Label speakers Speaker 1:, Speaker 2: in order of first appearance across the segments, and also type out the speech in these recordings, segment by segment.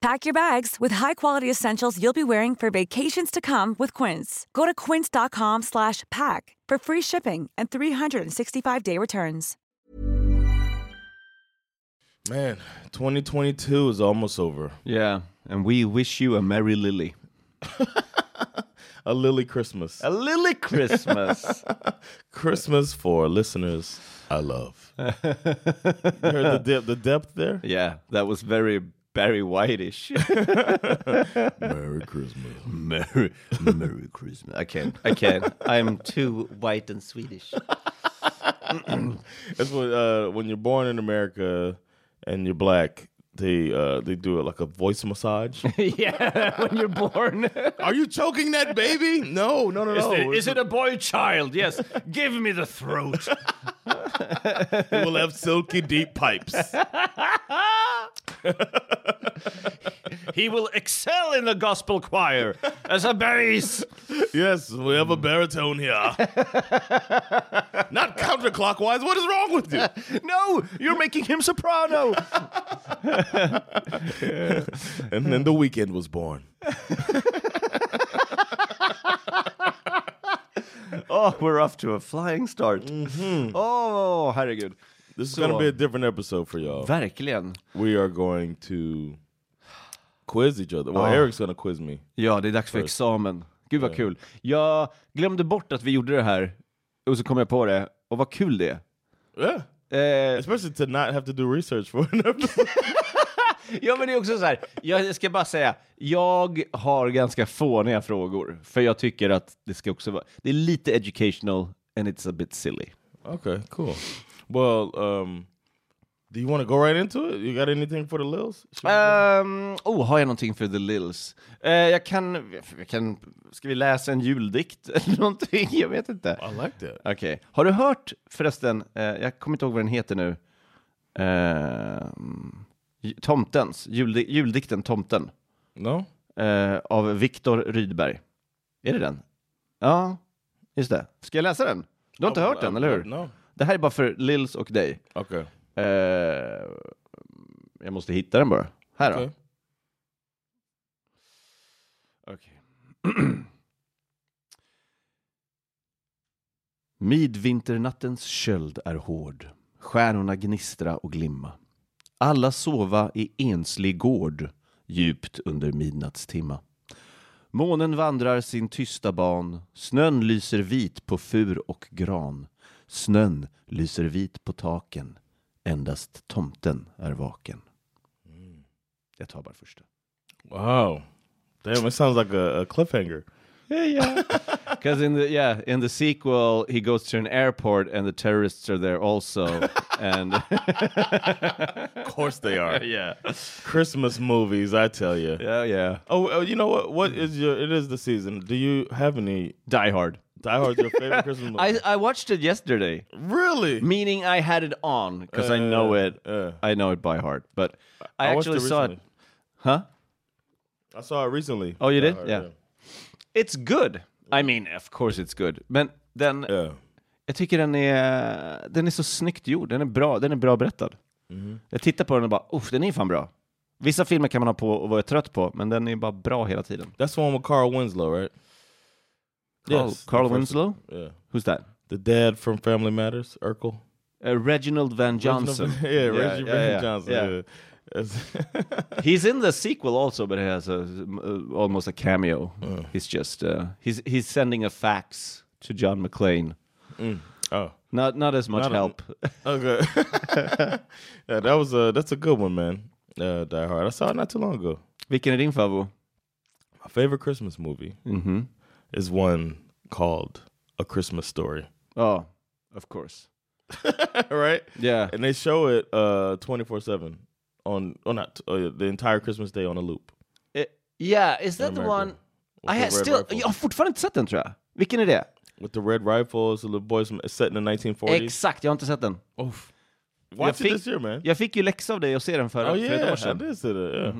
Speaker 1: Pack your bags with high-quality essentials you'll be wearing for vacations to come with Quince. Go to quince.com/pack for free shipping and 365-day returns.
Speaker 2: Man, 2022 is almost over.
Speaker 3: Yeah, and we wish you a merry lily,
Speaker 2: A lily Christmas.
Speaker 3: a lily Christmas.
Speaker 2: Christmas for listeners I love. you heard the, dip, the depth there?
Speaker 3: yeah, that was very Barry White-ish.
Speaker 2: Merry Christmas.
Speaker 3: merry, merry Christmas. I can't. I can't. I'm too white and Swedish.
Speaker 2: That's what uh, when you're born in America and you're black, they uh, they do it like a voice massage.
Speaker 3: yeah, when you're born.
Speaker 2: Are you choking that baby? No, no, no, no.
Speaker 3: a boy child? Yes. Give me the throat.
Speaker 2: It will have silky deep pipes.
Speaker 3: He will excel in the gospel choir as a bass.
Speaker 2: yes, we have a baritone here. Not counterclockwise. What is wrong with you?
Speaker 3: No, you're making him soprano.
Speaker 2: And then the weekend was born.
Speaker 3: oh, we're off to a flying start. Oh, herregud.
Speaker 2: This is
Speaker 3: So
Speaker 2: gonna be
Speaker 3: on.
Speaker 2: a different episode for y'all.
Speaker 3: Verkligen.
Speaker 2: we are going to quiz each other. Well,
Speaker 3: Oh.
Speaker 2: Eric's gonna quiz me.
Speaker 3: Ja, det är dags för examen. Gud vad kul. Jag glömde bort att vi gjorde det här och så kom jag på det. Och vad kul det
Speaker 2: Yeah.
Speaker 3: är. Eh,
Speaker 2: Especially to not have to do research for an episode.
Speaker 3: Ja men det är också så här, jag ska bara säga, jag har ganska fåniga frågor. För jag tycker att det ska också vara, det är lite educational and it's a bit silly.
Speaker 2: okay, cool. Well, um, do you want to go right into it? You got anything for the Lils? Should we-
Speaker 3: Ehm, oh, har jag någonting för the lils? Eh, jag, kan, jag kan, ska vi läsa en juldikt eller någonting? Jag vet inte.
Speaker 2: I like that.
Speaker 3: Okej, har du hört förresten, eh, jag kommer inte ihåg vad den heter nu, Ehm, J- Tomtens, juldi- juldikten Tomten.
Speaker 2: No?
Speaker 3: eh, av Viktor Rydberg. Är det den? Ja, just det. Ska jag läsa den? Du har inte hört den, eller hur?
Speaker 2: No.
Speaker 3: Det här är bara för Lils och dig.
Speaker 2: Okay.
Speaker 3: Eh, jag måste hitta den bara. Här då.
Speaker 2: Okay.
Speaker 3: Okej. Midvinternattens köld är hård. Stjärnorna gnistra och glimma. Alla sova i enslig gård djupt under midnattstimma. Månen vandrar sin tysta ban. Snön lyser vit på fur och gran. Snön lyser vit på taken. Endast tomten är vaken. Jag tar bara första.
Speaker 2: Wow. Damn, it sounds like a, a cliffhanger.
Speaker 3: Yeah, yeah. Because in the yeah in the sequel, he goes to an airport and the terrorists are there also. and
Speaker 2: Of course they are.
Speaker 3: yeah,
Speaker 2: Christmas movies, I tell you.
Speaker 3: yeah, yeah.
Speaker 2: Oh, oh, you know what? What is your? It is the season. Do you have any?
Speaker 3: Die Hard.
Speaker 2: Die Hard's your favorite Christmas movie?
Speaker 3: I I watched it yesterday,
Speaker 2: really?
Speaker 3: meaning I had it on because I know
Speaker 2: Uh,
Speaker 3: it.
Speaker 2: uh.
Speaker 3: I know it by heart, but I,
Speaker 2: watched
Speaker 3: actually saw it.
Speaker 2: recently.
Speaker 3: Huh?
Speaker 2: I saw it recently.
Speaker 3: Oh, you
Speaker 2: Die
Speaker 3: did?
Speaker 2: Hard,
Speaker 3: yeah. It's good. I mean, of course it's good. Men den,
Speaker 2: yeah. Yeah.
Speaker 3: jag tycker den är, den är så snyggt gjord. Den är bra, den är bra berättad. Jag tittar på den och bara, uff, den är fan bra. Vissa filmer kan man ha på och vara trött på, men den är bara bra hela tiden.
Speaker 2: That's the one with Carl Winslow, right?
Speaker 3: Carl,
Speaker 2: Yes, the
Speaker 3: Carl
Speaker 2: first-
Speaker 3: Winslow?
Speaker 2: Yeah.
Speaker 3: Who's that?
Speaker 2: The dad from Family Matters, Urkel.
Speaker 3: Uh, Reginald Van Johnson.
Speaker 2: yeah, Reggie Van Johnson.
Speaker 3: yeah.
Speaker 2: yeah. That's-
Speaker 3: He's in the sequel also, but he has a, uh, almost a cameo. He's just, uh, he's, he's sending a fax to John McClane.
Speaker 2: oh.
Speaker 3: Not, not as much
Speaker 2: Not a-
Speaker 3: help.
Speaker 2: Okay. Oh, yeah, that was a that's a good one, man. Uh, Die Hard. I saw it not too long ago.
Speaker 3: Vilken är din favorit?
Speaker 2: My favorite Christmas movie
Speaker 3: Mhm.
Speaker 2: is one called A Christmas Story.
Speaker 3: Oh, of course.
Speaker 2: right?
Speaker 3: Yeah.
Speaker 2: And they show it uh 24/7 on oh not uh, the entire Christmas day on a loop.
Speaker 3: Eh, yeah, is that the
Speaker 2: America.
Speaker 3: one?
Speaker 2: the
Speaker 3: I ha,
Speaker 2: Red
Speaker 3: still,
Speaker 2: Rifle.
Speaker 3: jag har fortfarande inte sett den tror jag. Vilken är det?
Speaker 2: With the red rifle, it's a little boy som- set in the 1940s.
Speaker 3: Exakt, jag har inte sett den.
Speaker 2: Watch
Speaker 3: jag
Speaker 2: it
Speaker 3: fick-
Speaker 2: this year, man.
Speaker 3: Jag fick ju läxa av dig att se den för,
Speaker 2: oh
Speaker 3: för ett
Speaker 2: yeah,
Speaker 3: år
Speaker 2: I
Speaker 3: sedan.
Speaker 2: did see that. Yeah.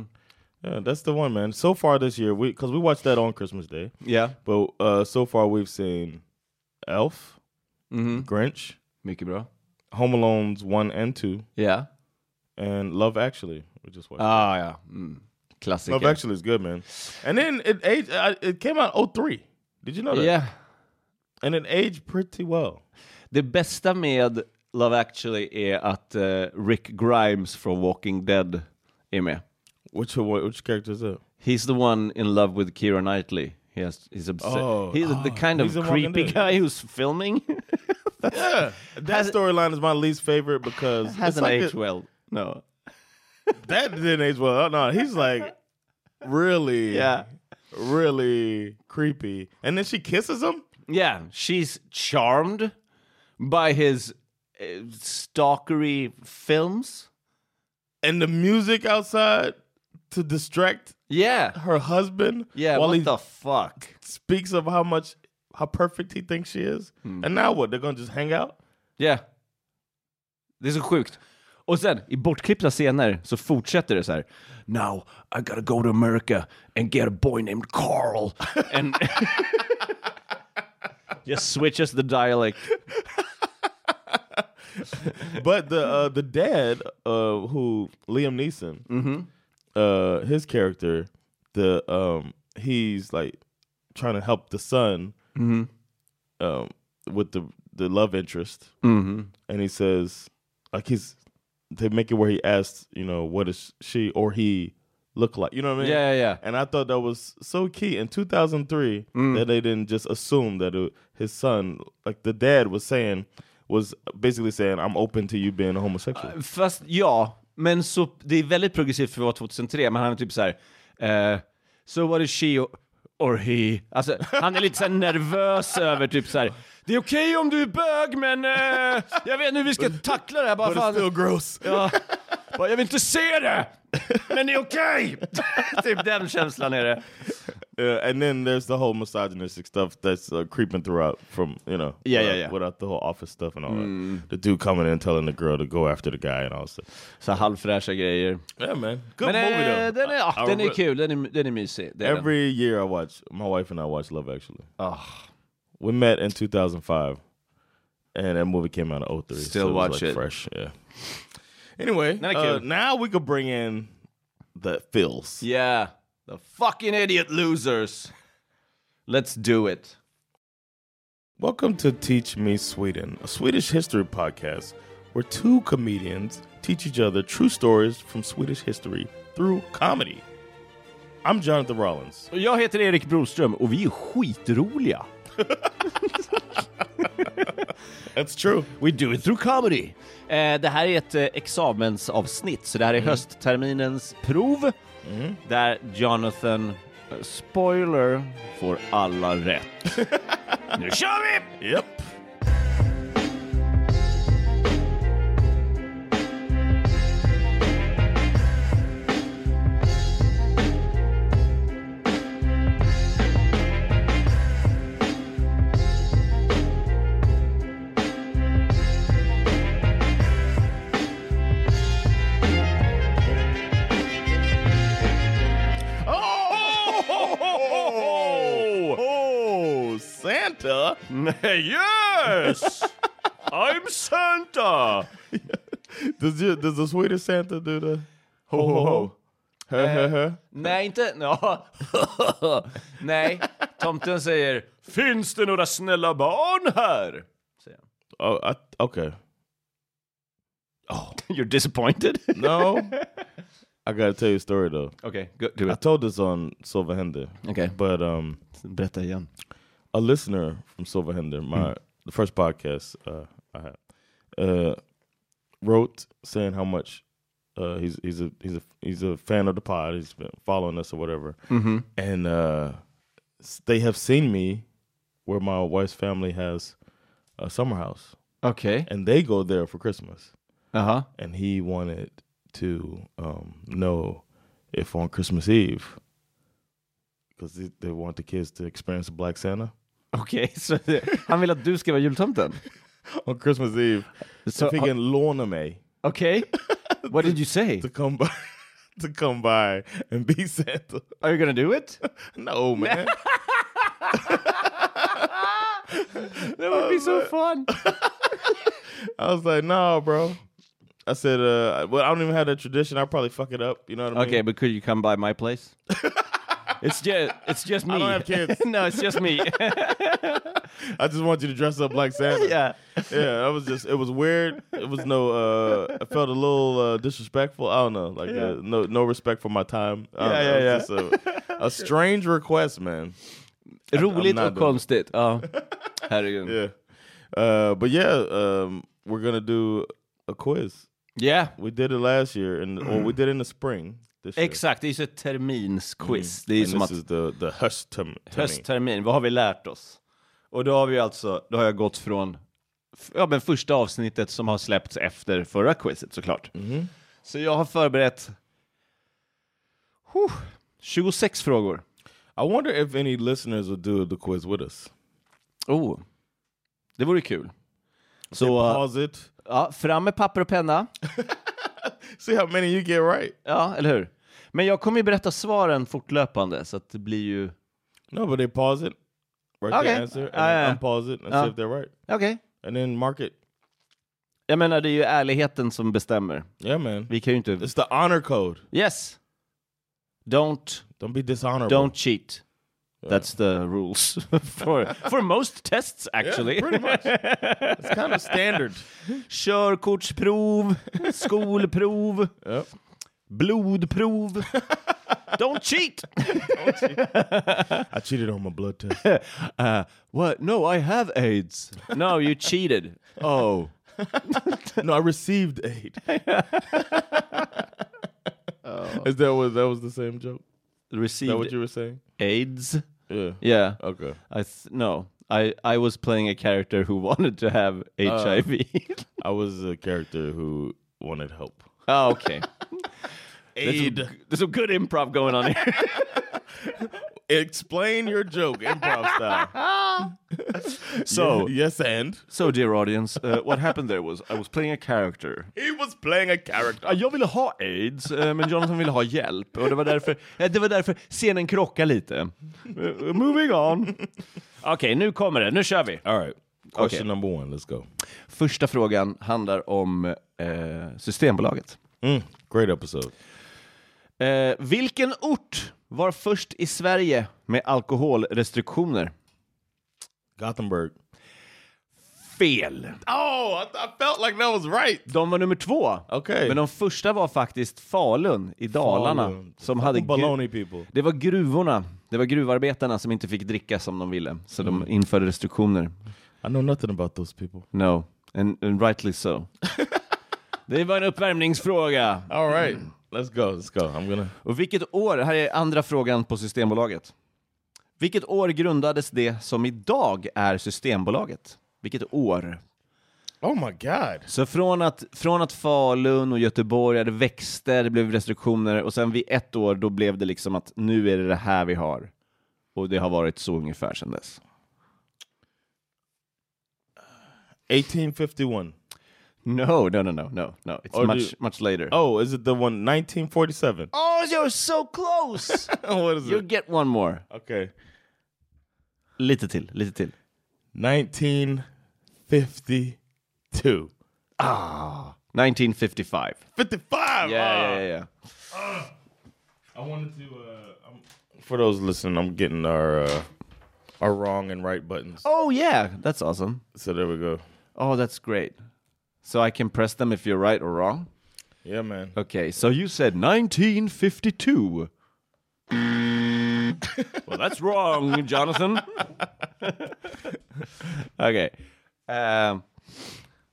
Speaker 2: yeah, that's the one, man. So far this year, we because we watched that on Christmas Day,
Speaker 3: Ja.
Speaker 2: but uh, so far we've seen Elf,
Speaker 3: Mhm.
Speaker 2: Grinch,
Speaker 3: Mycket bra.
Speaker 2: Home Alone's one and two,
Speaker 3: Ja.
Speaker 2: and Love Actually. We just watched.
Speaker 3: Ah, ja. Mm. Klassiker.
Speaker 2: Love Actually is good, man. And then it aged. I- It came out 03. Did you know that?
Speaker 3: Ja.
Speaker 2: And it aged pretty well.
Speaker 3: Det bästa med Love actually är att eh, Rick Grimes från Walking Dead är med.
Speaker 2: Which one- which character is that?
Speaker 3: He's the one in love with Keira Knightley. He has, he's obs-
Speaker 2: Oh.
Speaker 3: he's the kind of
Speaker 2: He's in Walking
Speaker 3: creepy
Speaker 2: Dead.
Speaker 3: guy who's filming.
Speaker 2: Yeah, that storyline is my least favorite because it's
Speaker 3: Hasn't
Speaker 2: like
Speaker 3: aged
Speaker 2: a-
Speaker 3: well. No.
Speaker 2: that didn't age well. Oh, no, he's like really,
Speaker 3: Yeah.
Speaker 2: really creepy. And then she kisses him.
Speaker 3: Yeah, she's charmed by his uh, stalkery films.
Speaker 2: and the music outside to distract
Speaker 3: Yeah.
Speaker 2: her husband
Speaker 3: Yeah,
Speaker 2: while
Speaker 3: what
Speaker 2: he
Speaker 3: the fuck?
Speaker 2: speaks of how much how perfect he thinks she is.
Speaker 3: Hmm.
Speaker 2: And now what? They're gonna just hang out?
Speaker 3: Yeah. Det är så sjukt. Och sen, i bortklippta scener så fortsätter det så här. Now I gotta go to America and get a boy named Carl. And Just switches the dialect.
Speaker 2: But the uh, the dad uh, who Liam Neeson,
Speaker 3: Mm-hmm.
Speaker 2: uh, his character, the um, he's like trying to help the son
Speaker 3: Mm-hmm.
Speaker 2: um, with the the love interest,
Speaker 3: Mm-hmm.
Speaker 2: and he says like he's they make it where he asks you know what does she or he look like you know what I mean
Speaker 3: Yeah, yeah, yeah.
Speaker 2: and I thought that was so key in 2003 that they didn't just assume that it, his son, like the dad was saying, was basically saying, I'm open to you being a homosexual.
Speaker 3: Fast ja, men så, det är väldigt progressivt för att vara 2003, men han är typ så här. eh, so what is she or- or he? Alltså, han är lite så här nervös över typ så här. Det är okej om du är bög, men eh, jag vet inte hur vi ska tackla det här. Bara
Speaker 2: but it's
Speaker 3: fan.
Speaker 2: still gross.
Speaker 3: Ja. Bara, jag vill inte se det! Men det är okej! typ den känslan är det.
Speaker 2: Uh, and then there's the whole misogynistic stuff that's uh, creeping throughout from, you know,
Speaker 3: Yeah, yeah,
Speaker 2: without,
Speaker 3: yeah.
Speaker 2: without the whole office stuff and all that. The dude coming in telling the girl to go after the guy and all that stuff.
Speaker 3: Så halvfräscha grejer.
Speaker 2: Yeah, man. Good
Speaker 3: Men
Speaker 2: movie,
Speaker 3: eh,
Speaker 2: though.
Speaker 3: den, är,
Speaker 2: I-
Speaker 3: ja,
Speaker 2: I
Speaker 3: den är
Speaker 2: re-
Speaker 3: kul, den är, den är mysig. Det är den.
Speaker 2: Every year I watch, my wife and I watch Love Actually.
Speaker 3: Ah.
Speaker 2: We met in 2005, and that movie came out in 03.
Speaker 3: Still
Speaker 2: was,
Speaker 3: watch it.
Speaker 2: Fresh, yeah. Anyway,
Speaker 3: Not
Speaker 2: uh,
Speaker 3: cute.
Speaker 2: now we could bring in the fills.
Speaker 3: Yeah, the fucking idiot losers. Let's do it.
Speaker 2: Welcome to Teach Me Sweden, a Swedish history podcast where two comedians teach each other true stories from Swedish history through comedy. I'm Jonathan Rollins.
Speaker 3: Och jag heter Erik Broström och vi är skitroliga.
Speaker 2: That's true.
Speaker 3: We do it through comedy. Eh, det här är ett eh, examensavsnitt, så det här är höstterminens prov där Jonathan, eh, spoiler, får alla rätt. nu kör vi!
Speaker 2: Yep. Oh! Oh, Santa!
Speaker 3: yes! I'm Santa!
Speaker 2: Does you, does the Swedish Santa do the ho
Speaker 3: ho, ho.
Speaker 2: Hö, hö, hö.
Speaker 3: Nej, inte... Ja. Nej, tomten säger Finns det några snälla barn här? Säger han.
Speaker 2: Oh, I, okay.
Speaker 3: Oh, You're disappointed?
Speaker 2: No, I gotta tell you a story though.
Speaker 3: Okej, okay, do
Speaker 2: I
Speaker 3: it.
Speaker 2: told this on Silverhänder,
Speaker 3: Okej.
Speaker 2: but um,
Speaker 3: Berätta igen.
Speaker 2: a listener from Silverhänder, my the first podcast uh, I had, uh, wrote saying how much uh, he's he's a he's a he's a fan of the pod. He's been following us or whatever, and uh, s- they have seen me where my wife's family has a summer house.
Speaker 3: Okej.
Speaker 2: and they go there for Christmas.
Speaker 3: Jaha.
Speaker 2: And he wanted to um, know if on Christmas Eve, because they, they want the kids to experience a Black Santa,
Speaker 3: Okej, så han vill att du ska vara jultomten?
Speaker 2: on Christmas Eve
Speaker 3: Så-
Speaker 2: if he can lorna me
Speaker 3: Okej? What did you say?
Speaker 2: to come by to come by and be Santa.
Speaker 3: Are you gonna do it?
Speaker 2: No man.
Speaker 3: That would be so fun!
Speaker 2: I was like, no, bro. I said, uh, well, I don't even have that tradition. I probably fuck it up. You know what I mean?
Speaker 3: Okay, but could you come by my place? It's just, it's just me.
Speaker 2: don't have kids.
Speaker 3: no, it's just me.
Speaker 2: I just want you to dress up like Santa.
Speaker 3: yeah.
Speaker 2: yeah. I was just, it was weird. It was no, uh, I felt a little uh, disrespectful. I don't know, like
Speaker 3: Yeah.
Speaker 2: uh, no, no respect for my time. I don't
Speaker 3: Yeah,
Speaker 2: know.
Speaker 3: yeah,
Speaker 2: It was just a, a strange request, man.
Speaker 3: Roligt
Speaker 2: I'm not
Speaker 3: och
Speaker 2: doing-
Speaker 3: konstigt. Ja. Herregud. Yeah.
Speaker 2: Yeah. Uh, but yeah, um, we're gonna do a quiz. We did it last year, and or we did it in the spring. This year.
Speaker 3: Exakt, det är ju ett terminsquiz. Mm. Det är
Speaker 2: And
Speaker 3: som
Speaker 2: this
Speaker 3: att
Speaker 2: is the the hush to me.
Speaker 3: hösttermin, vad har vi lärt oss? Och då har vi alltså, då har jag gått från f- ja, men första avsnittet som har släppts efter förra quizet såklart. Så jag har förberett huh, 26 frågor.
Speaker 2: I wonder if any listeners will do the quiz with us.
Speaker 3: Oh. Det vore kul. Så eh,
Speaker 2: Pause it.
Speaker 3: ja, fram med papper och penna.
Speaker 2: See how many you get right.
Speaker 3: Ja, eller hur? Men jag kommer ju berätta svaren fortlöpande så att det blir ju...
Speaker 2: No, but they pause it, write
Speaker 3: Okay.
Speaker 2: the answer, and
Speaker 3: Ah, yeah.
Speaker 2: then unpause it and
Speaker 3: Ah.
Speaker 2: see if they're right,
Speaker 3: Okej.
Speaker 2: and then mark it.
Speaker 3: Jag menar, det är ju ärligheten som bestämmer.
Speaker 2: Yeah, man.
Speaker 3: Vi kan ju inte...
Speaker 2: It's the honor code.
Speaker 3: Yes! Don't,
Speaker 2: Don't be dishonorable.
Speaker 3: don't cheat. That's the rules for, for most tests actually.
Speaker 2: pretty much. It's kind of standard.
Speaker 3: Körkortsprov, skolprov,
Speaker 2: Yep.
Speaker 3: blodprov. Don't cheat!
Speaker 2: I cheated on my blood test.
Speaker 3: Uh, what? No, I have AIDS. No, you cheated. Oh.
Speaker 2: no, I received aid. Is that was that was the same joke? Is that what
Speaker 3: Received
Speaker 2: you were saying?
Speaker 3: AIDS?
Speaker 2: Yeah.
Speaker 3: Yeah.
Speaker 2: Okay.
Speaker 3: I th- no, I I was playing a character who wanted to have HIV.
Speaker 2: I was a character who wanted help.
Speaker 3: oh, okay. There's some, there's some good improv going on here.
Speaker 2: Explain your joke, improv style.
Speaker 3: So-
Speaker 2: yes, and
Speaker 3: so, dear audience, uh, what happened there was I was playing a character.
Speaker 2: he was playing a character.
Speaker 3: Ja, Jag ville ha aids, eh, men Jonathan ville ha hjälp. Och det var därför, eh, det var därför scenen krockade lite. Eh, Moving on. Okej, nu kommer det. Nu kör vi.
Speaker 2: All right. Question
Speaker 3: Okay.
Speaker 2: number one. Let's go.
Speaker 3: Första frågan handlar om eh, Systembolaget.
Speaker 2: Mm, great episode.
Speaker 3: Eh, vilken ort var först i Sverige med alkoholrestriktioner?
Speaker 2: Gothenburg.
Speaker 3: Fel.
Speaker 2: Oh, I, I felt like that was right.
Speaker 3: De var nummer två.
Speaker 2: Okej.
Speaker 3: Men de första var faktiskt Falun i Dalarna.
Speaker 2: Falun.
Speaker 3: Som hade gru-
Speaker 2: Baloney people.
Speaker 3: det var gruvorna. Det var gruvarbetarna som inte fick dricka som de ville. Så de införde restriktioner.
Speaker 2: I know nothing about those people.
Speaker 3: No. And, and rightly so. det var en uppvärmningsfråga.
Speaker 2: All right, Mm. let's go. Let's go. I'm gonna.
Speaker 3: Och vilket år, här är andra frågan på Systembolaget. Vilket år grundades det som idag är Systembolaget? Vilket år?
Speaker 2: Oh my god.
Speaker 3: Så från att, från att Falun och Göteborg hade växte, det blev restriktioner och sen vid ett år då blev det liksom att nu är det det här vi har. Och det har varit så ungefär sedan dess.
Speaker 2: 1851.
Speaker 3: No, no, no, no, no, no. It's
Speaker 2: Or do-
Speaker 3: much, much later.
Speaker 2: Oh, is it the one 1947?
Speaker 3: oh, you're so close!
Speaker 2: what is
Speaker 3: you
Speaker 2: it?
Speaker 3: get one more.
Speaker 2: Okay,
Speaker 3: Lite till, lite till.
Speaker 2: 1952.
Speaker 3: 1955.
Speaker 2: 55. ah!
Speaker 3: Yeah, yeah, yeah, yeah.
Speaker 2: I wanted to. Uh, I'm, for those listening, I'm getting our uh, our wrong and right buttons.
Speaker 3: Oh yeah, that's awesome.
Speaker 2: So there we go.
Speaker 3: Oh, that's great. So I can press them if you're right or wrong.
Speaker 2: Yeah, man.
Speaker 3: Okay, so you said 1952. well, that's wrong, Jonathan. okay. Um,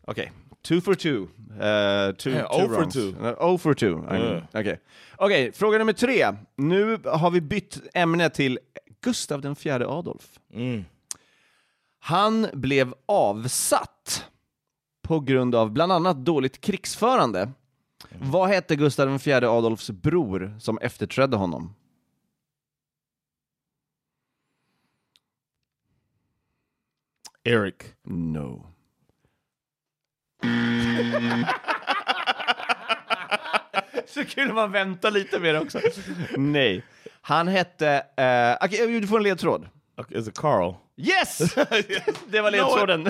Speaker 3: okay. Two for two. Uh, two,
Speaker 2: Yeah,
Speaker 3: two
Speaker 2: oh for
Speaker 3: wrongs.
Speaker 2: two. Eh.
Speaker 3: Uh, oh for two. I mean. Okay. okay, fråga nummer tre. Nu har vi bytt ämne till Gustav den fjärde Adolf.
Speaker 4: Mm.
Speaker 3: Han blev avsatt på grund av bland annat dåligt krigsförande. Vad hette Gustav IV Adolfs bror som efterträdde honom?
Speaker 2: Eric.
Speaker 4: No. Så kul om man väntar lite med det också. Nej. Han hette... Eh, okej, du får en ledtråd.
Speaker 2: Okay, is it Carl?
Speaker 4: Yes! det var ledtråden.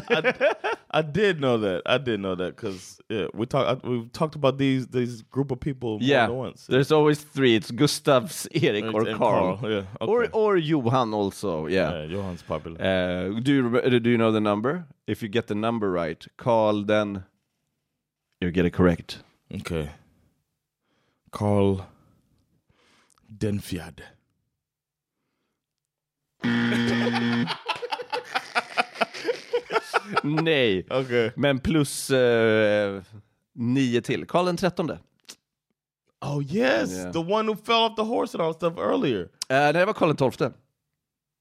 Speaker 2: I did know that. I did know that because yeah, we talked. We've talked about these these group of people more
Speaker 4: yeah,
Speaker 2: than once.
Speaker 4: there's always three. It's Gustavs, Erik or
Speaker 2: And
Speaker 4: Carl.
Speaker 2: Yeah. Okay.
Speaker 4: Or, or Johan also, yeah.
Speaker 2: yeah, Johan's popular.
Speaker 4: Uh, do, you, remember- do you know the number? If you get the number right, Carl, then you get it correct.
Speaker 2: Okay. Carl Denfjad.
Speaker 4: Nej,
Speaker 2: Okay.
Speaker 4: men plus eh, nio till. Karl den trettonde. Eh,
Speaker 2: Oh yes,
Speaker 4: Yeah.
Speaker 2: the one who fell off the horse and all that stuff earlier.
Speaker 4: Eh, nej, det var Karl den tolfte.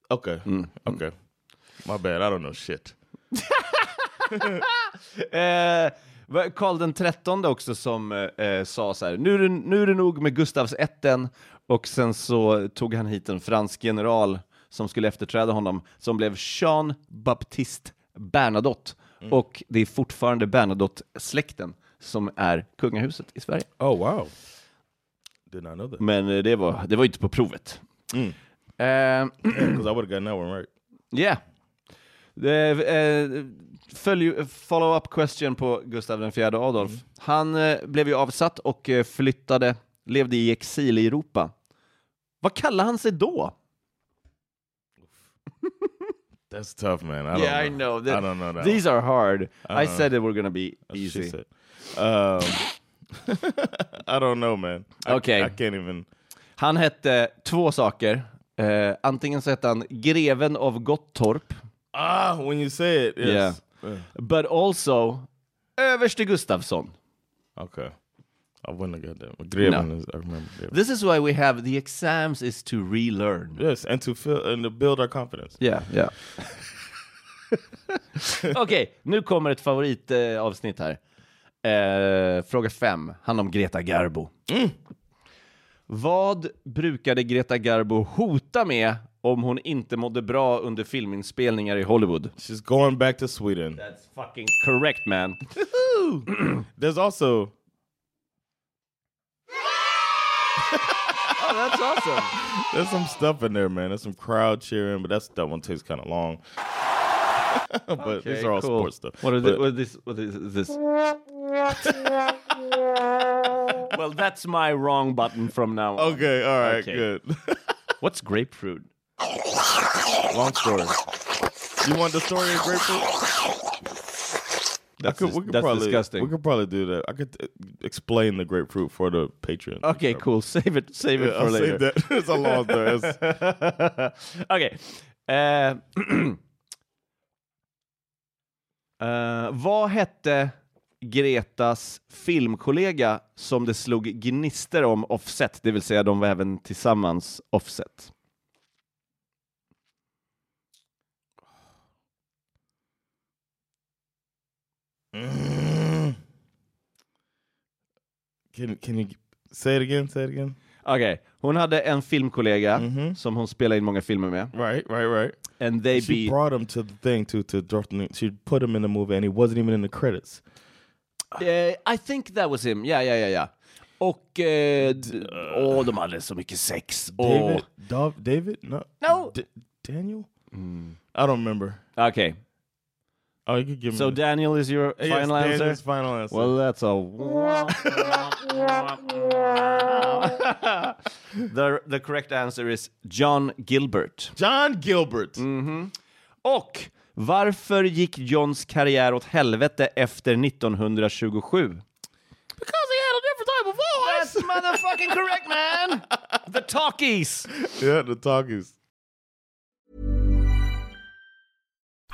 Speaker 2: Okay.
Speaker 4: Mm.
Speaker 2: Okay. My bad. I don't know shit.
Speaker 4: Eh, va- Karl den trettonde också som eh, eh, sa så här, nu är, det, nu är det nog med Gustavsätten och sen så tog han hit en fransk general som skulle efterträda honom som blev Jean Baptiste Bernadotte och det är fortfarande Bernadotte-släkten som är kungahuset i Sverige.
Speaker 2: Oh wow. Did not know that.
Speaker 4: Men eh, det var, det var ju inte på provet. Mm.
Speaker 2: Because I would have gotten that one right.
Speaker 4: Yeah. Eh, eh, följ- Follow-up question på Gustav den fjärde Adolf.
Speaker 2: Mm.
Speaker 4: Han eh, blev ju avsatt och eh, flyttade, levde i exil i Europa. Vad kallade han sig då?
Speaker 2: That's tough, man. I don't know. I don't know that. one.
Speaker 4: These are hard. I,
Speaker 2: don't
Speaker 4: said it were gonna be
Speaker 2: She
Speaker 4: easy.
Speaker 2: said. Um, I don't know, man. I,
Speaker 4: Okay.
Speaker 2: I can't even.
Speaker 4: Han hette två saker. Eh, antingen så hette han Greven av Gottorp,
Speaker 2: Ah, when you say it, yes.
Speaker 4: but also Överste Gustafsson.
Speaker 2: Okay. I wouldn't have got that. one. Greven
Speaker 4: No.
Speaker 2: is, I remember. Greven.
Speaker 4: This is why we have the exams is to relearn.
Speaker 2: yes, and to feel and to build our confidence.
Speaker 4: Ja, ja. Okej, nu kommer ett favoritavsnitt eh, avsnitt här. Eh, fråga fem, handlar om Greta Garbo. Vad brukade Greta Garbo hota med om hon inte mådde bra under filminspelningar i Hollywood?
Speaker 2: She's going back to Sweden.
Speaker 4: That's fucking correct man.
Speaker 2: There's also
Speaker 4: Oh, that's awesome.
Speaker 2: there's some stuff in there, man. There's some crowd cheering, but that's that one takes kind of long. but these are all sports stuff.
Speaker 4: What, are
Speaker 2: But-
Speaker 4: the, what, is, what is this? well, that's my wrong button from now on.
Speaker 2: okay, all right,
Speaker 4: Okay.
Speaker 2: good.
Speaker 4: What's grapefruit?
Speaker 2: long story. You want the story of grapefruit?
Speaker 4: That's,
Speaker 2: Could-
Speaker 4: dis-
Speaker 2: we could
Speaker 4: that's
Speaker 2: probably,
Speaker 4: disgusting.
Speaker 2: We could probably do that. I could uh, explain the grapefruit for the patrons.
Speaker 4: Okay, cool. Save it. Save it
Speaker 2: Yeah,
Speaker 4: for
Speaker 2: I'll
Speaker 4: later.
Speaker 2: save that. it's a long story. It's-
Speaker 4: Okej. Eh, eh, vad hette Gretas filmkollega som det slog gnister om Offset, det vill säga de var även tillsammans Offset?
Speaker 2: Can can you say it again? Say it again.
Speaker 4: Okej, hon hade en filmkollega som hon spelade in många filmer med.
Speaker 2: Right, right, right.
Speaker 4: And they
Speaker 2: Mhm. She
Speaker 4: be...
Speaker 2: brought him to the thing to to drop the, she put him in the movie and he wasn't even in the credits.
Speaker 4: Eh, I think that was him. Ja, ja, ja, ja. Och... eh, d- Åh, de hade så mycket sex. Åh.
Speaker 2: David, Dov- David, no,
Speaker 4: No.
Speaker 2: D- Daniel. I don't remember.
Speaker 4: Okej.
Speaker 2: Oh, you could give me.
Speaker 4: So Daniel is your
Speaker 2: Yes,
Speaker 4: final
Speaker 2: Daniel's
Speaker 4: answer?
Speaker 2: Final answer.
Speaker 4: Well, that's a the, the correct answer is John Gilbert.
Speaker 2: John Gilbert.
Speaker 3: Mm.
Speaker 4: Och varför gick Johns karriär åt helvete efter 1927?
Speaker 2: Because he had a different type of voice.
Speaker 4: That's motherfucking correct man! The talkies!
Speaker 2: yeah, the talkies.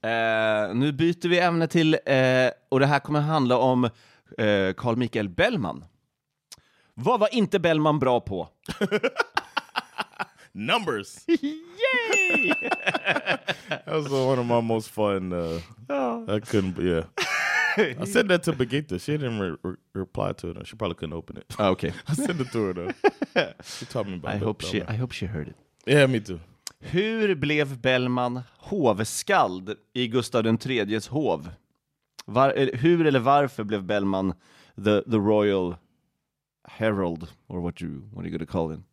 Speaker 3: Eh, nu byter vi ämne till, eh, och det här kommer handla om eh, Carl Michael Bellman. Vad var inte Bellman bra på?
Speaker 2: Numbers. That was one of my most fun. Uh, I couldn't. Yeah, I sent that to Begita. She didn't re- re- reply to it. Or she probably couldn't open it.
Speaker 3: Ah, Okej.
Speaker 2: I sent it to her though. She taught me about.
Speaker 3: I,
Speaker 2: Bill
Speaker 3: hope she,
Speaker 2: Bellman.
Speaker 3: I hope she heard it.
Speaker 2: Yeah, me too.
Speaker 3: Hur blev Bellman hovskald i Gustav IIIs hov? Var, eller hur eller varför blev Bellman the, the Royal Herald, or what you what are you gonna call him?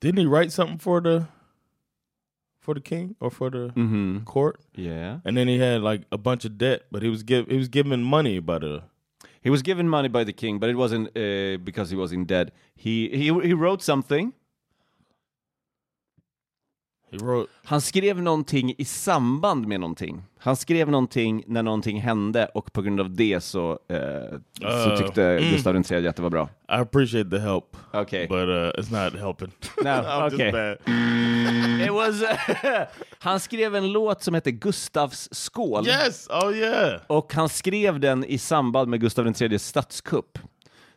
Speaker 2: Didn't he write something for the for the king or for the
Speaker 3: Mm-hmm.
Speaker 2: court?
Speaker 3: Yeah.
Speaker 2: And then he had like a bunch of debt, but he was give he was given money by the.
Speaker 3: He was given money by the king, but it wasn't uh, because he was in debt. He, he, he wrote something.
Speaker 2: He wrote.
Speaker 3: Han skrev någonting i samband med någonting. Han skrev någonting när någonting hände och på grund av det så, eh, så
Speaker 2: Uh,
Speaker 3: tyckte Gustav III att det var bra.
Speaker 2: I appreciate the help.
Speaker 3: Okay.
Speaker 2: but uh, it's not helping.
Speaker 3: No,
Speaker 2: I'm
Speaker 3: okay.
Speaker 2: just bad.
Speaker 3: It was, han skrev en låt som hette Gustavs skål.
Speaker 2: Yes. Oh yeah.
Speaker 3: Och han skrev den i samband med Gustav IIIs statskupp.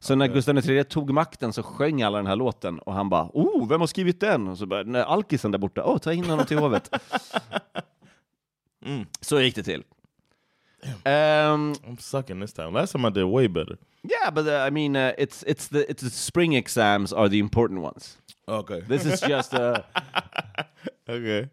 Speaker 3: Så när Gustav III tog makten så sjöng alla den här låten och han bara oh, vem har skrivit den? Och så bara, "Nej, alkisen där borta, åh, ta in honom till hovet. Så gick det till. Um,
Speaker 2: I'm sucking this time. Last time I did way better.
Speaker 3: yeah, but uh, I mean, uh, it's, it's, the, it's the spring exams are the important ones.
Speaker 2: Okay.
Speaker 3: This is just uh,
Speaker 2: okay.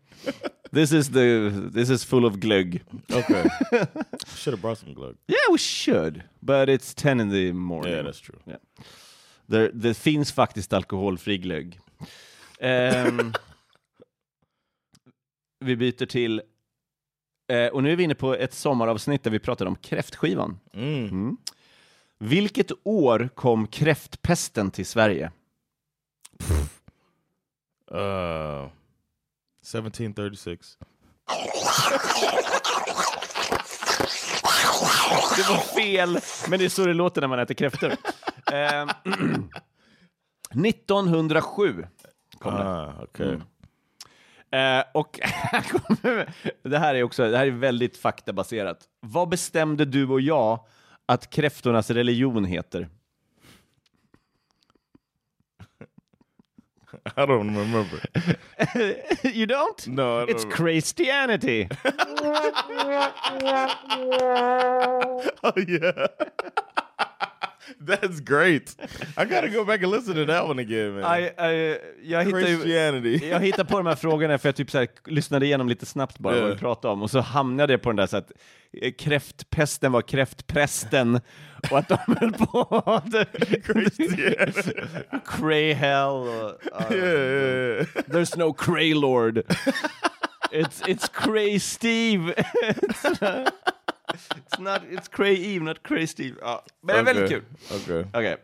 Speaker 3: this is the this is full of glögg.
Speaker 2: Okay. Should have brought some glug.
Speaker 3: Yeah, we should, but it's 10 in the morning.
Speaker 2: Yeah, that's true.
Speaker 3: Yeah. There, det finns faktiskt alkoholfri glögg. Ehm, vi byter till... eh, och nu är vi inne på ett sommaravsnitt där vi pratade om kräftskivan.
Speaker 2: Hmm?
Speaker 3: Mm. Vilket år kom kräftpesten till Sverige?
Speaker 2: Uh, 1736.
Speaker 3: Det var fel, men det är så det låter när man äter kräftor. Ehm, 1907.
Speaker 2: Ah, okay.
Speaker 3: Eh, och här kommer, det här är också det här är väldigt faktabaserat. Vad bestämde du och jag att kräftornas religion heter?
Speaker 2: I don't remember.
Speaker 3: you don't?
Speaker 2: No, I don't
Speaker 3: It's
Speaker 2: remember.
Speaker 3: Christianity.
Speaker 2: Oh yeah. That's great. I gotta go back and listen to that one again, man.
Speaker 3: I, I, jag, hittar ju,
Speaker 2: Christianity.
Speaker 3: jag hittar på de här frågorna för jag typ så här, lyssnade igenom lite snabbt bara vad vi
Speaker 2: Yeah.
Speaker 3: pratade om och så hamnade jag på den där så att eh, kräftpesten var kräftprästen och att de höll på att...
Speaker 2: Christianity.
Speaker 3: Cray hell och,
Speaker 2: yeah,
Speaker 3: ja.
Speaker 2: yeah, yeah.
Speaker 3: There's no Cray Lord. it's it's Cray Steve. it's, not, it's not it's Cray Eve, not Cray Steve. Ja, men det är väldigt kul.
Speaker 2: Okay.
Speaker 3: Okej,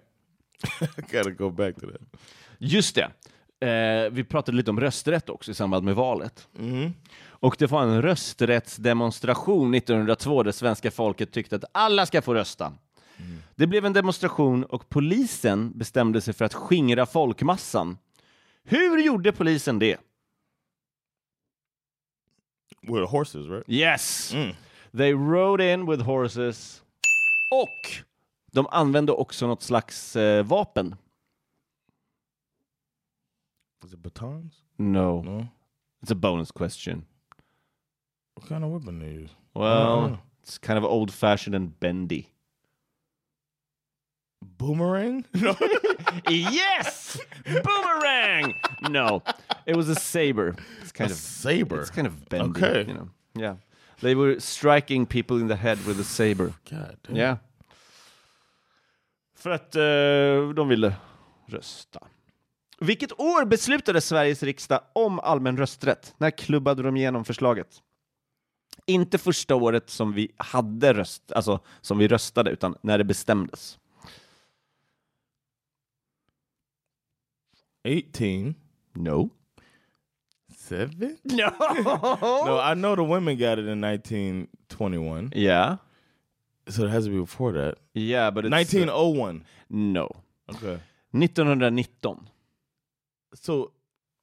Speaker 2: I gotta go back to that.
Speaker 3: just det. Eh, vi pratade lite om rösträtt också i samband med valet. Och det var en rösträttsdemonstration 1902 där svenska folket tyckte att alla ska få rösta. Det blev en demonstration och polisen bestämde sig för att skingra folkmassan. Hur gjorde polisen det?
Speaker 2: With horses, right?
Speaker 3: Yes!
Speaker 2: Mm.
Speaker 3: They rode in with horses. Och de använde också något slags eh, vapen.
Speaker 2: Was it batons?
Speaker 3: No.
Speaker 2: No.
Speaker 3: It's a bonus question.
Speaker 2: What kind of weapon they use?
Speaker 3: Well,
Speaker 2: Mm.
Speaker 3: it's kind of old fashioned and bendy.
Speaker 2: Boomerang? No.
Speaker 3: yes! Boomerang! No. It was a saber. It's kind
Speaker 2: A
Speaker 3: of
Speaker 2: saber?
Speaker 3: It's kind of bendy,
Speaker 2: Okay.
Speaker 3: you know. Yeah. They were striking people in the head with a saber.
Speaker 2: God damn.
Speaker 3: Ja. För att eh, de ville rösta. Vilket år beslutade Sveriges riksdag om allmän rösträtt? När klubbade de igenom förslaget? Inte första året som vi hade röst, alltså som vi röstade, utan när det bestämdes.
Speaker 2: 18,
Speaker 3: No.
Speaker 2: 7?
Speaker 3: No!
Speaker 2: No, I know the women got it in 1921.
Speaker 3: Yeah.
Speaker 2: So it has to be before that.
Speaker 3: Yeah, but it's...
Speaker 2: 1901.
Speaker 3: No.
Speaker 2: Okay.
Speaker 3: 1919.
Speaker 2: So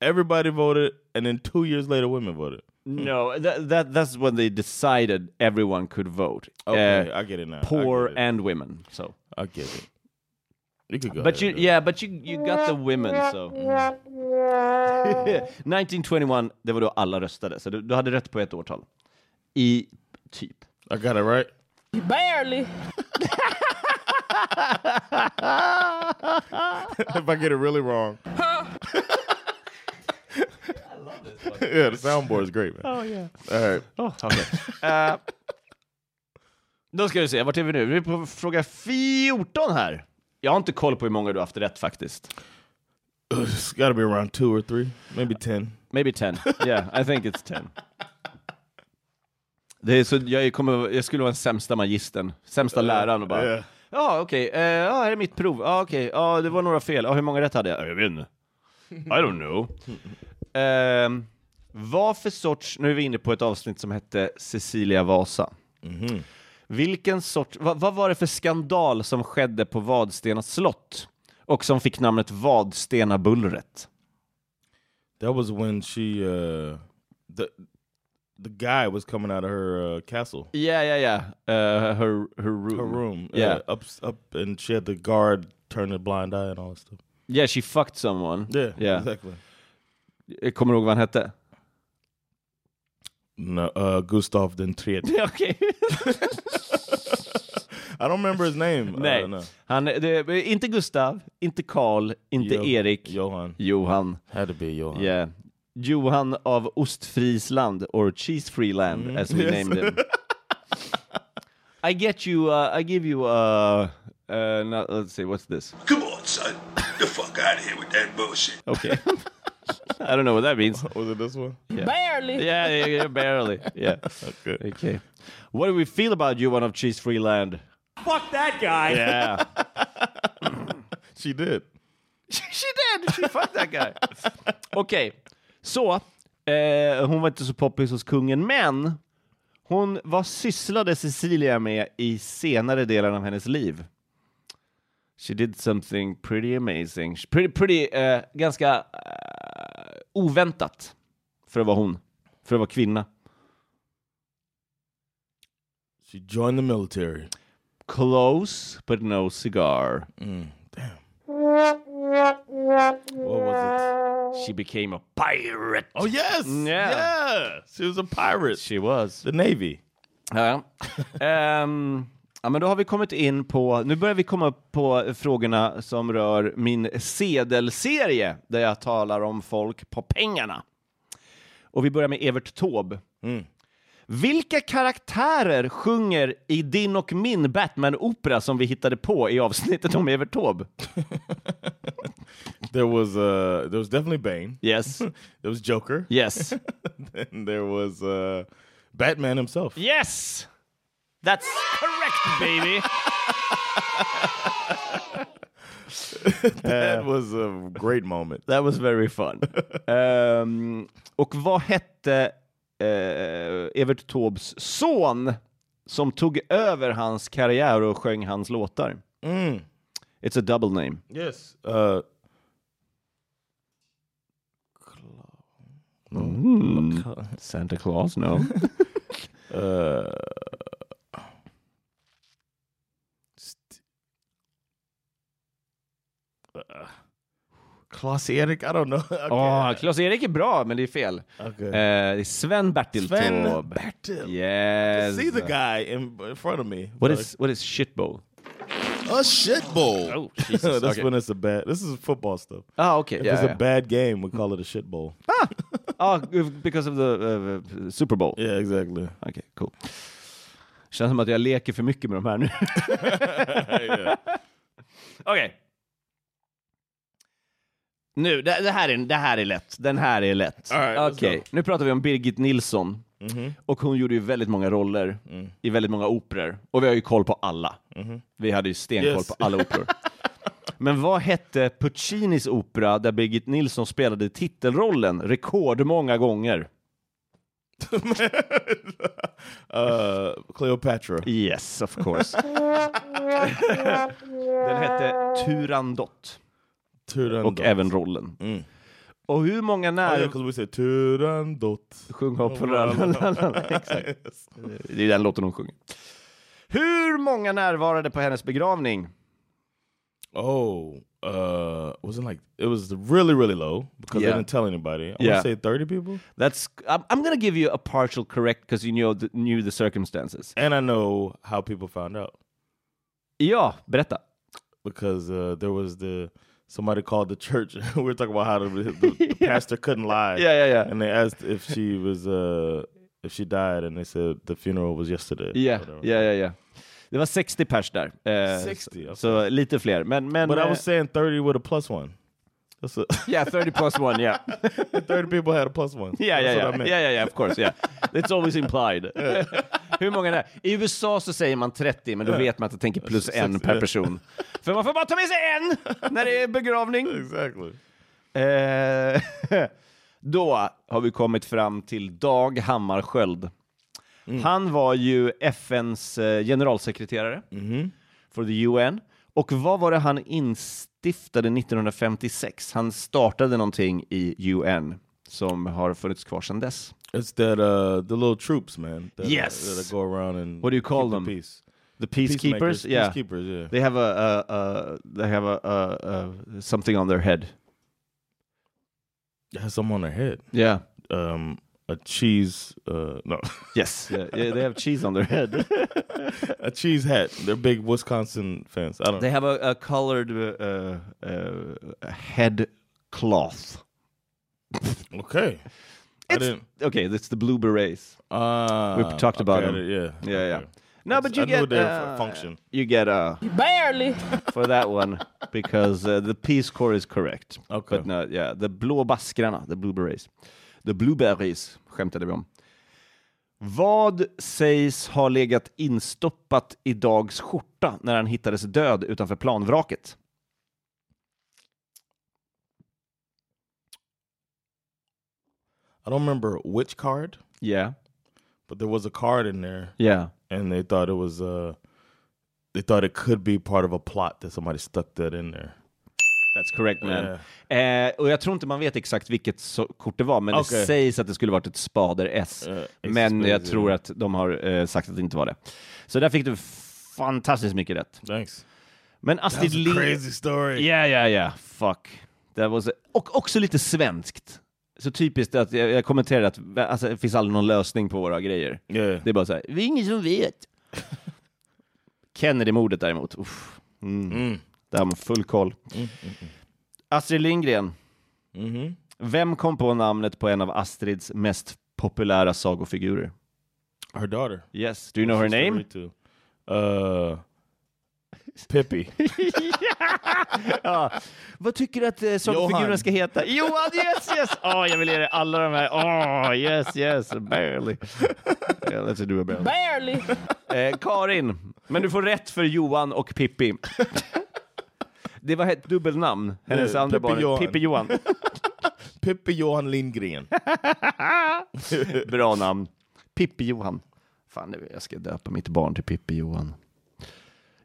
Speaker 2: everybody voted, and then two years later, women voted.
Speaker 3: No, that, that, that's when they decided everyone could vote.
Speaker 2: Okay,
Speaker 3: Eh,
Speaker 2: I get it now. I
Speaker 3: poor
Speaker 2: get it.
Speaker 3: and women. So,
Speaker 2: I get it. You could go.
Speaker 3: but you,
Speaker 2: ahead.
Speaker 3: yeah, but you, you got the women. So. 1921, det var då alla röstade. Så du, du hade rätt på ett årtal. I typ.
Speaker 2: I got it right.
Speaker 5: Barely.
Speaker 2: if I get it really wrong. yeah, the soundboard is great, man. Oh yeah. All right.
Speaker 3: Oh, Eh, då ska vi se, vart är vi nu? Vi är på fråga 14 här. Jag har inte koll på hur många du har haft rätt faktiskt.
Speaker 2: It's got to be around two or three, maybe ten.
Speaker 3: Maybe 10. Yeah, I think it's 10. Det är så, jag, kommer, jag skulle vara den sämsta magistern, sämsta läraren och bara
Speaker 2: yeah.
Speaker 3: Ja, okej, eh, ja, här är mitt prov, ja okej, ja det var några fel, ja hur många rätt hade jag? Jag vet inte. I don't know. Ehm, vad för sorts, nu är vi inne på ett avsnitt som hette Cecilia Vasa. Vilken sorts, vad, vad var det för skandal som skedde på Vadstena slott? Och som fick namnet Vadstena-bullret?
Speaker 2: That was when she, uh, the the guy was coming out of her uh, castle,
Speaker 3: Ja, ja, ja. Uh, Her room.
Speaker 2: her room.
Speaker 3: Mm-hmm. Yeah.
Speaker 2: uh, up up, and she had the guard turn a blind eye and all that stuff.
Speaker 3: Yeah, she fucked someone.
Speaker 2: Yeah,
Speaker 3: Yeah.
Speaker 2: exactly.
Speaker 3: Jag Kommer du ihåg vad han hette?
Speaker 2: No, uh, Gustav den Tredje.
Speaker 3: Okej.
Speaker 2: I don't remember his name.
Speaker 3: Nej.
Speaker 2: Uh, no.
Speaker 3: Han, det, inte Gustav, inte Karl, inte
Speaker 2: Jo-
Speaker 3: Erik.
Speaker 2: Johan
Speaker 3: Johan.
Speaker 2: had to be Johan.
Speaker 3: Yeah. Johan av Ostfrisland, or Cheese Freeland
Speaker 2: Mm.
Speaker 3: as we named him. I get you, uh, I give you, uh, uh, no, let's see, what's this?
Speaker 6: Come on, son. Get the fuck out of here with that bullshit.
Speaker 3: Okay. I don't know what that means.
Speaker 2: Was it this one?
Speaker 5: Barely.
Speaker 3: Yeah, yeah, yeah barely. Yeah.
Speaker 2: Okay.
Speaker 3: Okay. What do we feel about Johan of Cheese Freeland?
Speaker 7: Fuck that guy.
Speaker 3: Yeah.
Speaker 2: She did.
Speaker 3: She did! She fucked that guy! Okej, så. Eh, hon var inte så poppis hos kungen, men hon, vad sysslade Cecilia med i senare delen av hennes liv? She did something pretty amazing. Pretty, pretty eh, ganska eh, oväntat för att vara hon, för att vara kvinna.
Speaker 2: She joined the military.
Speaker 3: Close, but no cigar.
Speaker 2: Damn. What was it?
Speaker 3: She became a pirate.
Speaker 2: Oh yes,
Speaker 3: Yeah.
Speaker 2: yeah. She was a pirate.
Speaker 3: She was.
Speaker 2: The Navy.
Speaker 3: Ja, ja. Ehm, ja, men då har vi kommit in på, nu börjar vi komma upp på frågorna som rör min sedelserie där jag talar om folk på pengarna. Och vi börjar med Evert Taube. Vilka karaktärer sjunger i din och min Batman-opera som vi hittade på i avsnittet om Evert Taube?
Speaker 2: There was uh there was definitely Bane.
Speaker 3: Yes.
Speaker 2: There was Joker.
Speaker 3: Yes.
Speaker 2: And there was uh Batman himself.
Speaker 3: Yes! That's correct, baby!
Speaker 2: That was a great moment.
Speaker 3: That was very fun. Ehm, och vad hette eh, Evert Taubes son som tog över hans karriär och sjöng hans låtar?
Speaker 2: Mm.
Speaker 3: It's a double name.
Speaker 2: Yes. Uh
Speaker 3: Santa Claus, no.
Speaker 2: uh St- uh, Klaus Erik, I don't know. okay.
Speaker 3: Åh, Klas-Erik är bra, men det är fel. Eh,
Speaker 2: okay.
Speaker 3: det är Sven Bertil
Speaker 2: Sven
Speaker 3: Taube.
Speaker 2: Bertil.
Speaker 3: Oh, Yes.
Speaker 2: See the guy in, in front of me.
Speaker 3: What
Speaker 2: Like,
Speaker 3: is, what is shitbowl?
Speaker 6: A shit bowl.
Speaker 3: Oh,
Speaker 2: That's
Speaker 3: okay.
Speaker 2: when it's a bad. This is football stuff.
Speaker 3: Ah, okej.
Speaker 2: If
Speaker 3: Ja,
Speaker 2: it's
Speaker 3: ja.
Speaker 2: a bad game, we call it a shit bowl.
Speaker 3: Ah, because of the eh, Super Bowl.
Speaker 2: yeah, exactly.
Speaker 3: Okej, cool. Känns som att jag leker för mycket med de här nu. Okej. Nu, det, det, här är, det här är lätt. Den här är lätt.
Speaker 2: All right, let's
Speaker 3: Okej,
Speaker 2: go. Mm-hmm.
Speaker 3: nu pratar vi om Birgit Nilsson. Och hon gjorde ju väldigt många roller
Speaker 2: Mm.
Speaker 3: i väldigt många operor. Och vi har ju koll på alla. Vi hade ju stenkoll
Speaker 2: Mm-hmm. Yes.
Speaker 3: på alla operor. Men vad hette Puccinis opera där Birgit Nilsson spelade titelrollen rekordmånga gånger?
Speaker 2: Uh, Cleopatra.
Speaker 3: Yes, of course. Den hette Turandot
Speaker 2: Turandot. Mm.
Speaker 3: och även rollen. Och hur många
Speaker 2: Oh, yeah,
Speaker 3: nära...
Speaker 2: 'cause we said Turandot.
Speaker 3: Sjung hopp och rallalala. Exakt.
Speaker 2: Yes.
Speaker 3: Det är den låten hon sjunger. Hur många närvarade på hennes begravning?
Speaker 2: Oh, uh, wasn't like it was really really low because
Speaker 3: Yeah.
Speaker 2: they didn't tell anybody. I
Speaker 3: Yeah.
Speaker 2: want to say thirty people,
Speaker 3: That's, I'm, I'm gonna give you a partial correct because you know the, knew the circumstances.
Speaker 2: and I know how people found out
Speaker 3: Ja, berätta.
Speaker 2: because uh, there was the somebody called the church. we were talking about how the, the, the pastor couldn't lie.
Speaker 3: Yeah, yeah, yeah.
Speaker 2: And they asked if she was uh, if she died, and they said the funeral was yesterday.
Speaker 3: Ja,
Speaker 2: Whatever.
Speaker 3: ja, ja, ja. Det var 60 pers där. Eh,
Speaker 2: 60,
Speaker 3: så,
Speaker 2: okay.
Speaker 3: så lite fler. Men, men...
Speaker 2: alltså. But I
Speaker 3: eh,
Speaker 2: was saying thirty with a plus one. That's a,
Speaker 3: yeah, 30 plus one, yeah.
Speaker 2: thirty people had a plus one.
Speaker 3: Ja, ja,
Speaker 2: That's
Speaker 3: ja.
Speaker 2: what I meant.
Speaker 3: Ja, ja, ja, of course. Yeah. It's always implied. Hur många är det? I USA så säger man 30, men då vet man att det tänker plus en per person. För man får bara ta med sig en när det är begravning.
Speaker 2: Exactly.
Speaker 3: Eh, då har vi kommit fram till Dag Hammarskjöld. Han var ju FNs eh, generalsekreterare för the UN. Och vad var det han instiftade 1956? Han startade någonting i UN som har funnits kvar sedan dess.
Speaker 2: It's that uh, the little troops, man. That, uh,
Speaker 3: Yes.
Speaker 2: that go around and
Speaker 3: What do you call
Speaker 2: keep the
Speaker 3: them?
Speaker 2: Peace.
Speaker 3: The Peacekeepers?
Speaker 2: Peacemakers,
Speaker 3: Yeah.
Speaker 2: peacekeepers, yeah.
Speaker 3: They have a, a, a they have a, a, a something on their head.
Speaker 2: It has some on their head.
Speaker 3: Yeah.
Speaker 2: Um, a cheese. Uh, no,
Speaker 3: Yes. Yeah, yeah, they have cheese on their head.
Speaker 2: a cheese hat. They're big Wisconsin fans. I don't.
Speaker 3: They have a, a colored uh, uh, uh, head cloth.
Speaker 2: okay. I
Speaker 3: It's-
Speaker 2: didn't.
Speaker 3: Okay, that's the blue berets.
Speaker 2: Uh,
Speaker 3: We've talked about
Speaker 2: okay, I
Speaker 3: them.
Speaker 2: did- Yeah.
Speaker 3: Yeah, yeah.
Speaker 2: okay.
Speaker 3: No, but you
Speaker 2: I knew
Speaker 3: get
Speaker 2: their
Speaker 3: uh,
Speaker 2: function.
Speaker 3: You get uh,
Speaker 5: Barely.
Speaker 3: for that one because uh, the Peace Corps is correct.
Speaker 2: Okay.
Speaker 3: But no, yeah, the blå baskrarna, the blue berets. The blueberries skämtade vi om. Vad sägs ha legat instoppat i Dags skjorta när han hittades död utanför planvraket?
Speaker 2: I don't remember which card,
Speaker 3: Yeah.
Speaker 2: but there was a card in there,
Speaker 3: Yeah.
Speaker 2: and they thought it was. Uh, they thought it could be part of a plot that somebody stuck that in there.
Speaker 3: That's correct man. Eh, och jag tror inte man vet exakt vilket so kort det var, men det
Speaker 2: Okej.
Speaker 3: sägs att det skulle varit ett spader-S.
Speaker 2: Eh, extra
Speaker 3: men jag
Speaker 2: spader.
Speaker 3: tror att de har eh, sagt att det inte var det. Så där fick du fantastiskt mycket rätt.
Speaker 2: Thanks.
Speaker 3: Men Astrid
Speaker 2: That's a
Speaker 3: Lindgren...
Speaker 2: crazy story.
Speaker 3: Ja, ja, ja. Fuck. That was a... Och också lite svenskt. Så typiskt att jag, jag kommenterade att alltså, det finns aldrig någon lösning på våra grejer.
Speaker 2: Yeah.
Speaker 3: Det är bara så här, det är ingen som vet. Kennedy-mordet däremot, uff. Mm. Där har man full koll.
Speaker 2: Mm,
Speaker 3: Astrid Lindgren.
Speaker 2: Mhm.
Speaker 3: Vem kom på namnet på en av Astrids mest populära sagofigurer?
Speaker 2: Her daughter.
Speaker 3: Yes, do you know her
Speaker 2: Sister
Speaker 3: name?
Speaker 2: Ritu. Uh, Pippi.
Speaker 3: ja. Vad tycker du att eh, sagofiguren
Speaker 2: Johan.
Speaker 3: ska heta? Johan, yes, yes! Åh, jag vill ge dig alla de här. Åh, yes, yes, barely. Yeah, let's do a barely.
Speaker 5: Barely.
Speaker 3: Eh, Karin, men du får rätt för Johan och Pippi. Det var ett dubbelnamn, hennes
Speaker 2: Eh,
Speaker 3: andra
Speaker 2: Pippi
Speaker 3: barn.
Speaker 2: Johan.
Speaker 3: Pippi Johan.
Speaker 2: Pippi Johan Lindgren.
Speaker 3: Ah! Bra namn. Pippi Johan. Fan, det- jag ska döpa mitt barn till Pippi Johan.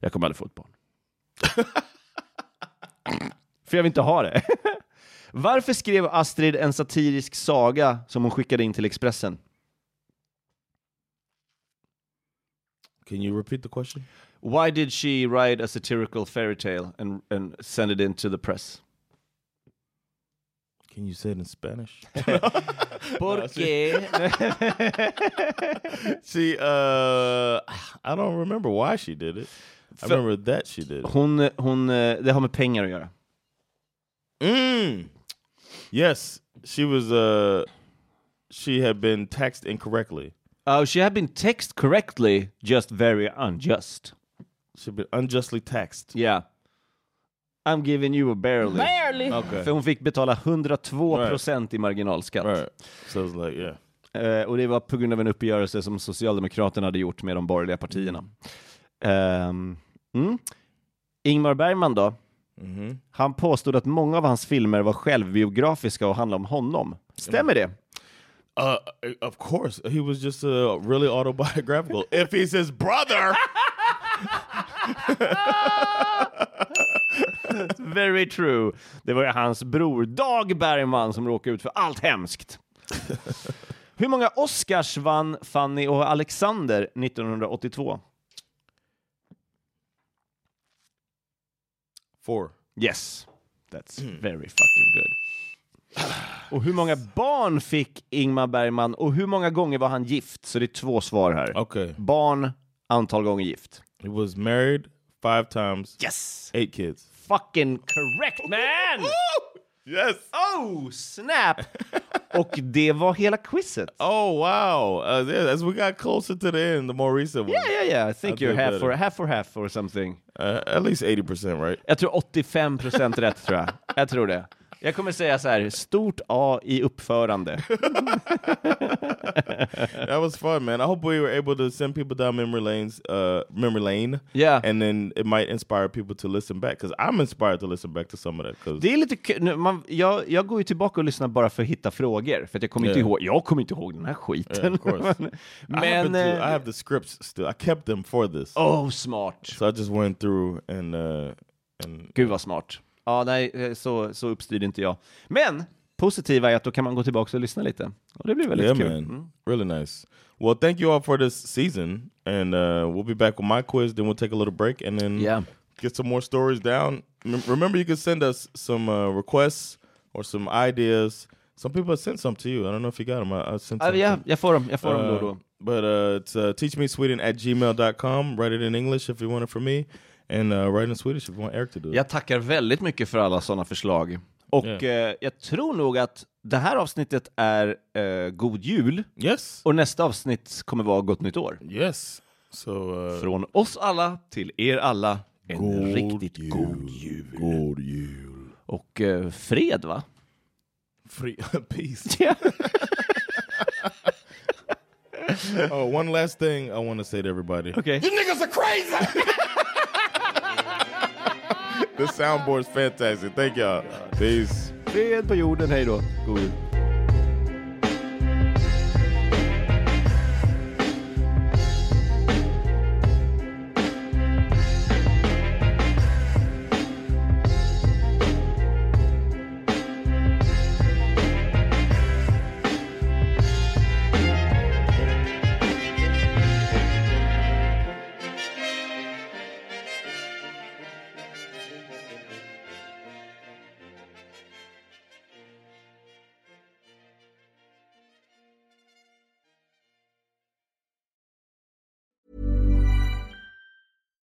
Speaker 3: Jag kommer aldrig få ett barn. för jag vill inte ha det. Varför skrev Astrid en satirisk saga som hon skickade in till Expressen?
Speaker 2: Can you repeat the question?
Speaker 3: Why did she write a satirical fairy tale and, and send it into the press?
Speaker 2: Can you say it in Spanish?
Speaker 3: Porque...
Speaker 2: she, uh, I don't remember why she did it. I
Speaker 3: För-
Speaker 2: remember that she did it.
Speaker 3: Hon, hon, eh, det har med pengar att göra.
Speaker 2: Mm. Yes, she was. Uh, she had been taxed incorrectly.
Speaker 3: Oh, she had been text correctly, just very unjust.
Speaker 2: She'd been unjustly taxed.
Speaker 3: Yeah. I'm giving you a barely.
Speaker 5: Barely.
Speaker 2: Okay.
Speaker 3: För hon fick betala 102% i marginalskatt.
Speaker 2: All right. So it's like, yeah.
Speaker 3: Eh, och det var på grund av en uppgörelse som Socialdemokraterna hade gjort med de borgerliga partierna. Ehm, mm. Ingmar Bergman då? Han påstod att många av hans filmer var självbiografiska och handlade om honom. Stämmer det?
Speaker 2: Uh, of course, he was just uh, really autobiographical. if he's his brother,
Speaker 3: Very true. Det var ju hans bror Dag Bergman som råkade ut för allt hemskt. Hur många Oscars vann Fanny och Alexander 1982?
Speaker 2: four.
Speaker 3: Yes, that's very fucking good. Och hur många barn fick Ingmar Bergman och hur många gånger var han gift? Så det är två svar här.
Speaker 2: Okay,
Speaker 3: Barn, antal gånger gift.
Speaker 2: he was married five times,
Speaker 3: Yes!
Speaker 2: eight kids.
Speaker 3: Fucking correct
Speaker 2: Oh,
Speaker 3: man!
Speaker 2: Yes.
Speaker 3: Oh, snap! Och det var hela quizet.
Speaker 2: Oh wow! Uh, yeah, as we got closer to the end, the more recent one,
Speaker 3: Yeah, yeah, yeah. I
Speaker 2: I'll
Speaker 3: think you're
Speaker 2: do
Speaker 3: half
Speaker 2: better.
Speaker 3: for, half for half or something.
Speaker 2: Uh, at least eighty percent, right?
Speaker 3: Jag tror 85 procent rätt, tror jag. Jag tror det. Jag kommer säga så här, stort A i uppförande.
Speaker 2: That was fun, man. I hope we were able to send people down memory lanes, uh, memory lane.
Speaker 3: Yeah.
Speaker 2: and then it might inspire people to listen back because I'm inspired to listen back to some of that. Because
Speaker 3: Det är lite kul. nu, man, jag, jag går ju tillbaka och lyssnar bara för att hitta frågor, för att jag kommer inte
Speaker 2: Yeah.
Speaker 3: ihåg, jag kommer inte ihåg den här skiten.
Speaker 2: course. I, happen
Speaker 3: Men...
Speaker 2: to- I
Speaker 3: eh,
Speaker 2: have the scripts still. I kept them for this,
Speaker 3: Oh, smart.
Speaker 2: so I just went through and uh, and
Speaker 3: Gud vad smart. Ja, nej, eh, så, så uppstyrd inte jag. Men positiva är att då kan man gå tillbaka och lyssna lite. Och det blir väldigt
Speaker 2: yeah,
Speaker 3: kul.
Speaker 2: man, really nice. Well, thank you all for this season, and uh, we'll be back with my quiz. Then we'll take a little break, and then
Speaker 3: Yeah.
Speaker 2: get some more stories down. M- remember, you can send us some uh, requests or some ideas. Some people have sent some to you. I don't know if you got them. I, I sent.
Speaker 3: Ja,
Speaker 2: some
Speaker 3: jag,
Speaker 2: to-
Speaker 3: jag får dem, jag får dem då
Speaker 2: Uh,
Speaker 3: och då.
Speaker 2: But uh, it's uh, teachmesweden at gmail.com. Write it in English if you want it from me, and uh, write it in Swedish if you want Eric to do it.
Speaker 3: Jag tackar väldigt mycket för alla sådana förslag. Och eh, jag tror nog att det här avsnittet är eh, God Jul
Speaker 2: Yes.
Speaker 3: och nästa avsnitt kommer vara Gott Nytt År.
Speaker 2: Yes. So uh,
Speaker 3: Från oss alla till er alla, en
Speaker 2: God
Speaker 3: riktigt
Speaker 2: jul.
Speaker 3: god jul.
Speaker 2: God jul.
Speaker 3: Och eh, fred va?
Speaker 2: Free peace. Oh, one last thing I want to say to everybody.
Speaker 3: Okej.
Speaker 2: This soundboard's fantastic. Thank y'all. Peace.
Speaker 3: Fred på jorden, hej då. God jul.